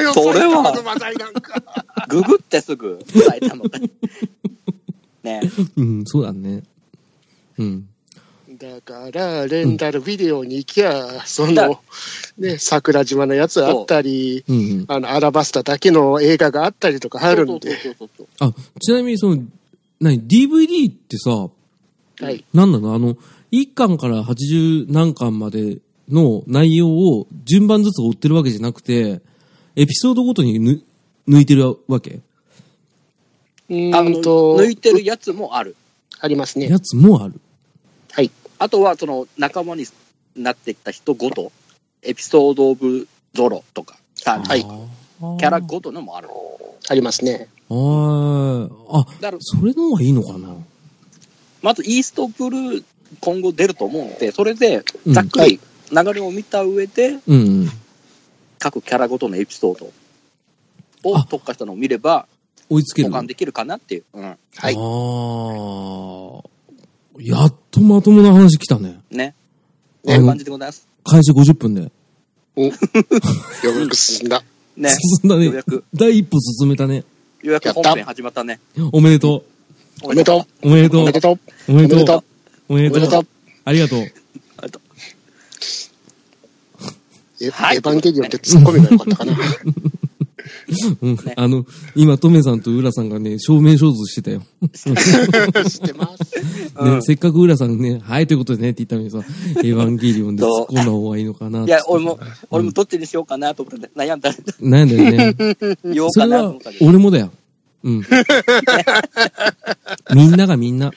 よ、
それは
埼玉の話題なんか。
ググってすぐ伝えたの。ね
<laughs> うん、そうだね。うん。
だから、レンタルビデオに行きゃ、その、ね、桜島のやつあったり、
うん、うん。
あの、アラバスタだけの映画があったりとかあるんで。
そうそうそうそう
あ、ちなみにその、何 ?DVD ってさ、
はい。
なんなのあの、1巻から80何巻までの内容を順番ずつ追ってるわけじゃなくて、エピソードごとにぬ抜いてるわけ
う
あ
ー
の、
んと、
抜いてるやつもある。
ありますね。
やつもある。
はい。
あとは、その、仲間になってきた人ごと、エピソード・オブ・ゾロとか、さ
はい
キャラ
は
ごとのもある。
ありますね。
ーい。あ、
だから、
それの方がいいのかな
まず、イーストブルー、今後出ると思うんで、それで
う、ん
ざっくり流れを見た上で、
うんうん。
各キャラごとのエピソードを
あ
特化したのを見れば、
追いつける。
保管できるかなっていう。うん。
はい
あ。あ。やっとまともな話来たね。ね
ね。そういう感じでございます。
開始50分で。
よく進んだ。
ね。
進んだ
よう
ね
やく。
第一歩進めたね。
ようやく
やった
本編始まったね。
おめでと
おめでと
う。おめで
う。
と
お
う
めで。とう。
おめ
おめ
で
で
と
と
う。おめ
う。おめ
で
で
と
と
う
う。。
ありがとう。
ありがとう。
エエヴ
はい
ァンゲリオンって突っ込めばよかったかな。
うんあの、今、トメさんと浦さんがね、正面衝突してたよ。
<laughs> 知ってます。
う
ね、
ん
せっかく浦さんね、はい、ということでねって言ったのにさ、エヴァンゲリオンで突っ込んだ方がいいのかなっ
い
て。
や、俺も、俺もどっちにしようかなと思って悩んだ。
悩んだよね。
言おう
そ
か
れ
なと
は
思ったけ、ど。
俺もだよ。
<laughs>
うん。みんながみんな。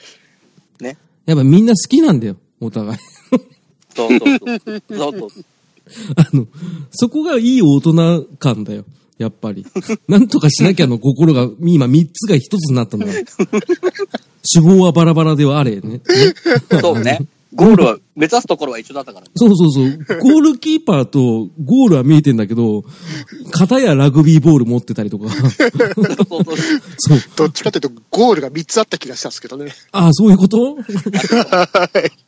ね。
やっぱみんな好きなんだよ、お互い。 <laughs>
そうそうそう。そうそうそう。
あの、そこがいい大人感だよ。やっぱ
<laughs>
り。なんとかしなきゃの心が、今3つが1つになったのよ。 <laughs> 手法はバラバラではあれね。ね
そうね。ゴールは、目指すところは一緒だったから。
そうそうそう。ゴールキーパーとゴールは見えてんだけど、片やラグビーボール持ってたりとか。 <laughs>
そうそうそう。
そう。
どっちかというと、ゴールが3つあった気がしたんですけどね。
ああ、そういうこと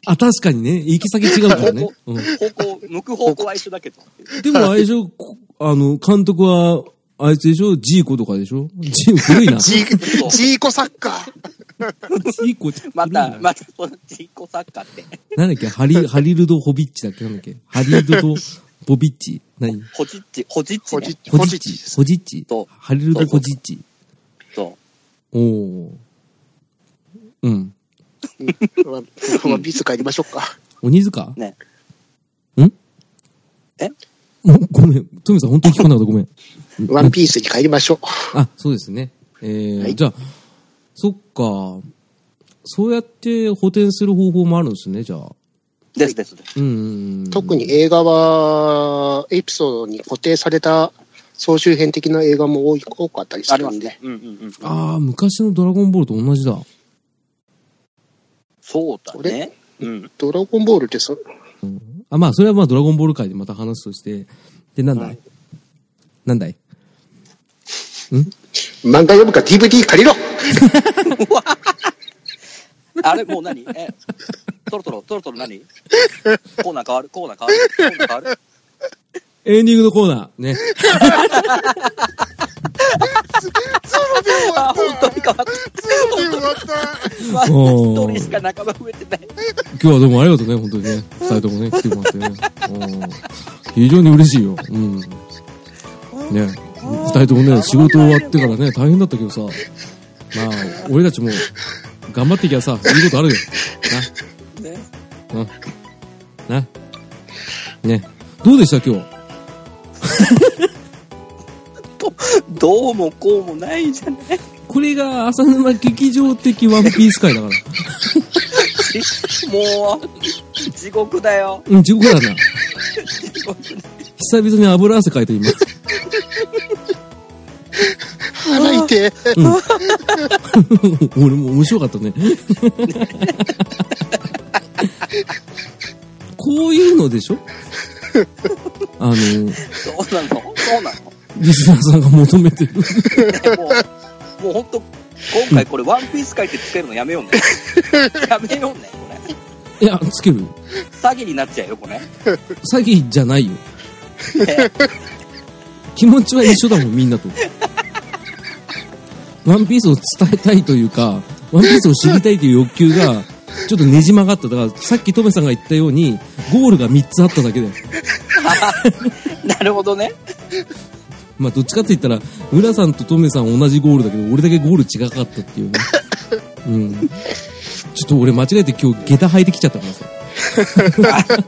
あ、確かにね。行き先違うからね。うん、
方向、向く方向は一緒だけど。
でも、あれでしょ、こあの、監督は、あいつでしょジーコとかでしょジーコ古いな。 <laughs> ジ
ジ <laughs> ー、ジーコサッカー。
ーコって古いな
また、また、その、ジーコサッカーって、
なんだっけハリ、ハリルド・ホビッチだっけなんだっけハリルド・ボビッチ何
ホジッチ、ホジッチ、
ホ
ね。
ジッチ。
ホ
ホ
ジ
ジ
ッ
ッ
チ
チで。す。
ホジッチ
そ。う
ハリルド・ホジッチ。
そ
おおー。うん。
うんワンワンピース帰りましょうか。
鬼塚
う。ね。
おごめん。トミさん、本当に聞かなかった。ごめん。
ワンピースに帰りましょ
あ、そうですね。えー
はい
じゃあ、そっか。そうやって補填する方法もあるんですね、じゃあ。
ですですです。
うんうんうん。
う。特に映画は、エピソードに固定された総集編的な映画も多い多かったりす
あり
る
ま
ん
す
で。
ね。うんうんうん。
ああ、昔のドラゴンボールと同じだ。
そうだね。うん。
ドラゴンボールってそ、
あ、まあ、それはまあ、ドラゴンボール界でまた話すとして。で、なんだい、なんだい
漫画読むか DVD 借りろ
あれ、もう何え、トロトロ、トロトロ何コーナー変わるコーナー変わるコーナー変わる
エンディングのコーナー。ね。
あ、本当に
終わ
変わった。
った
私一人しか仲間増えてない。
今日はどうもありがとうね、本当にね。二人ともね、来てもらってね。うん非常に嬉しいよ。うん。ね。二人ともね、仕事終わってからね、大変だったけどさ。まあ、俺たちも、頑張っていきゃさ、いいことあるよ。
ね
な。な。ね。どうでした、今日。
どうもこうもないじゃない。
これが浅沼劇場的ワンピース界だから。
もう、地獄だよ。
うん、地獄だな。
地獄
久々に油汗かいて今。
腹痛い
<laughs> 俺も面白かったね。こういうのでしょあの、
そうなのそうなの
リスナーさんが求めてる。
もう、もう本当、今回これ、ワンピース書いてつけるのやめようね。やめようね、これ。
いや、つけるよ。
詐欺になっちゃうよ、これ。
詐欺じゃないよ。気持ちは一緒だもん、みんなと。ワンピースを伝えたいというか、ワンピースを知りたいという欲求が、ちょっとねじ曲がった。だから、さっきトメさんが言ったように、ゴールが3つあっただけだよ。
なるほどね。
まあ、どっちかって言ったら、浦さんとトメさん同じゴールだけど、俺だけゴール違かったっていう <laughs> ね。うん。ちょっと俺間違えて今日下駄履いてきちゃったからさ。
だから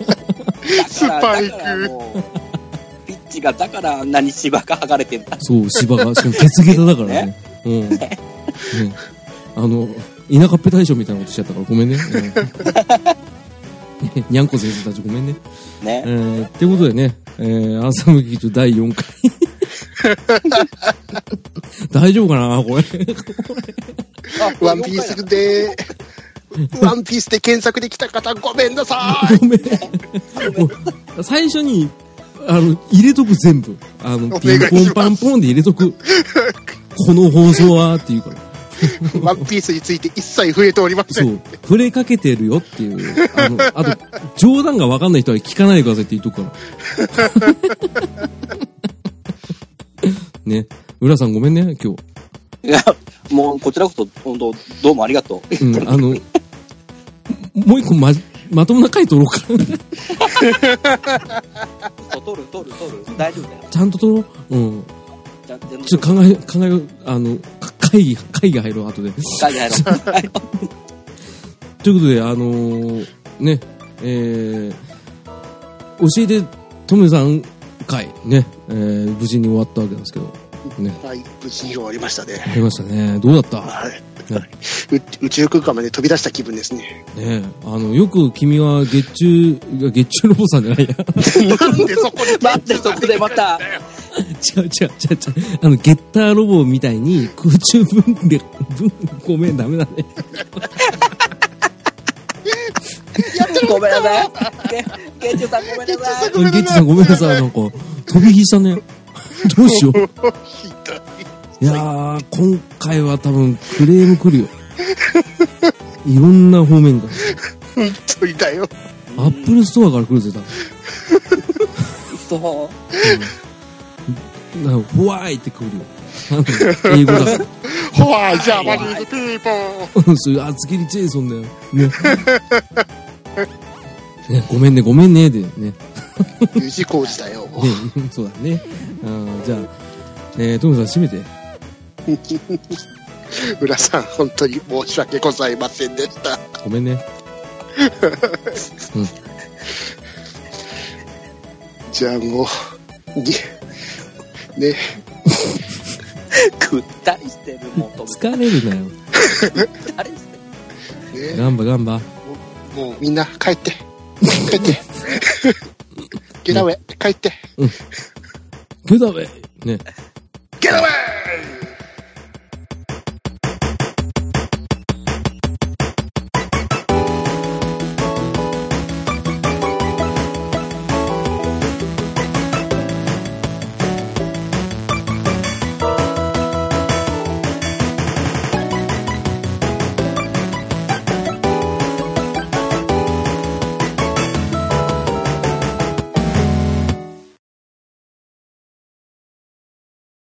スパイク
だからもうピッチが、だからあんなに芝が剥がれてんだ。
そう、芝が、しかも鉄下駄だから <laughs> ね。うん。ね。あの、田舎っぺ大将みたいなことしちゃったからごめんね。うん <laughs> にゃんこ先生たちごめんね。え
ね。
ー、ってことでね、えー、アンサム劇場第4回。大丈夫かなこれ。
あ
ワンピースで、ワンピース
<laughs>
で検索できた方ごめんなさい
ごめん。もう最初に、あの、入れとく全部。あの、
お
ピ
願い
ン
します
ポンパンポンで入れとく。この放送はっていうから。
ワンピースについて一切触れておりませ
そ
ん。
う。触れかけてるよっていう。あの、あと、冗談がわかんない人は聞かないでくださいって言っとくから。ね。浦さんごめんね、今日。
いや、もうこちらこそ、本当どうもありがとう。
うん、あの、もう一個ま、まともな回取ろうか。
取る、取る、取る。大丈夫だよ。
ちゃんと取ろう。うん。
じゃ全部
ちょっと考え、考えよう、あの、か会議、会議入ろう、後で。
会議入ろうはい
ということで、あのーね、えー、教えて、トメさん会、ね、えー、無事に終わったわけなんですけど、ね、
はい、無事に終わりましたね。
やりましたね。どうだった
はい。
ね
う宇宙空間まで飛び出した気分ですね。
<laughs>
ねあの、よく君は月中、いや月中ロボさんじゃないや。 <laughs>
なんでそこで
待って、そこでまた、
違う違う違う違う。あの、ゲッターロボみたいに空中分で、分、ごめん、ダメだね。
ごめんなさい。ね、ケンチュさんごめんなさ
ゲ
い。
ッチさんごめんなさい、なんか、飛び火した
<laughs>
ね。どうしよう。
ひどい
いやー、今回は多分クレーム来るよ。いろんな方面が。
本当にだよ。
アップルストアから来るぜ、多
そう。
分。なんか、ホワイって来るよ。あの英語だか
ほわ、ジャパニーズピーポー。
ら。 <laughs> そういう厚切りジェイソンだよ。ね。ね、ごめんね、ごめんね、で、ね。 <laughs>
無事工事だよ。
で、そうだね。あーじゃあ、えー、トムさん閉めて。
浦さん、本当に申し訳ございませんでした。
ごめんね。
じゃあもう、に、ね、
食ったりしてる、もう。
疲れるなよ。
食ったりしてる。
ね、
ガンバガンバ。
もうみんな帰って、帰 <laughs> って。ゲラウェイ、帰って。
グダウェイね。
ゲラウェイ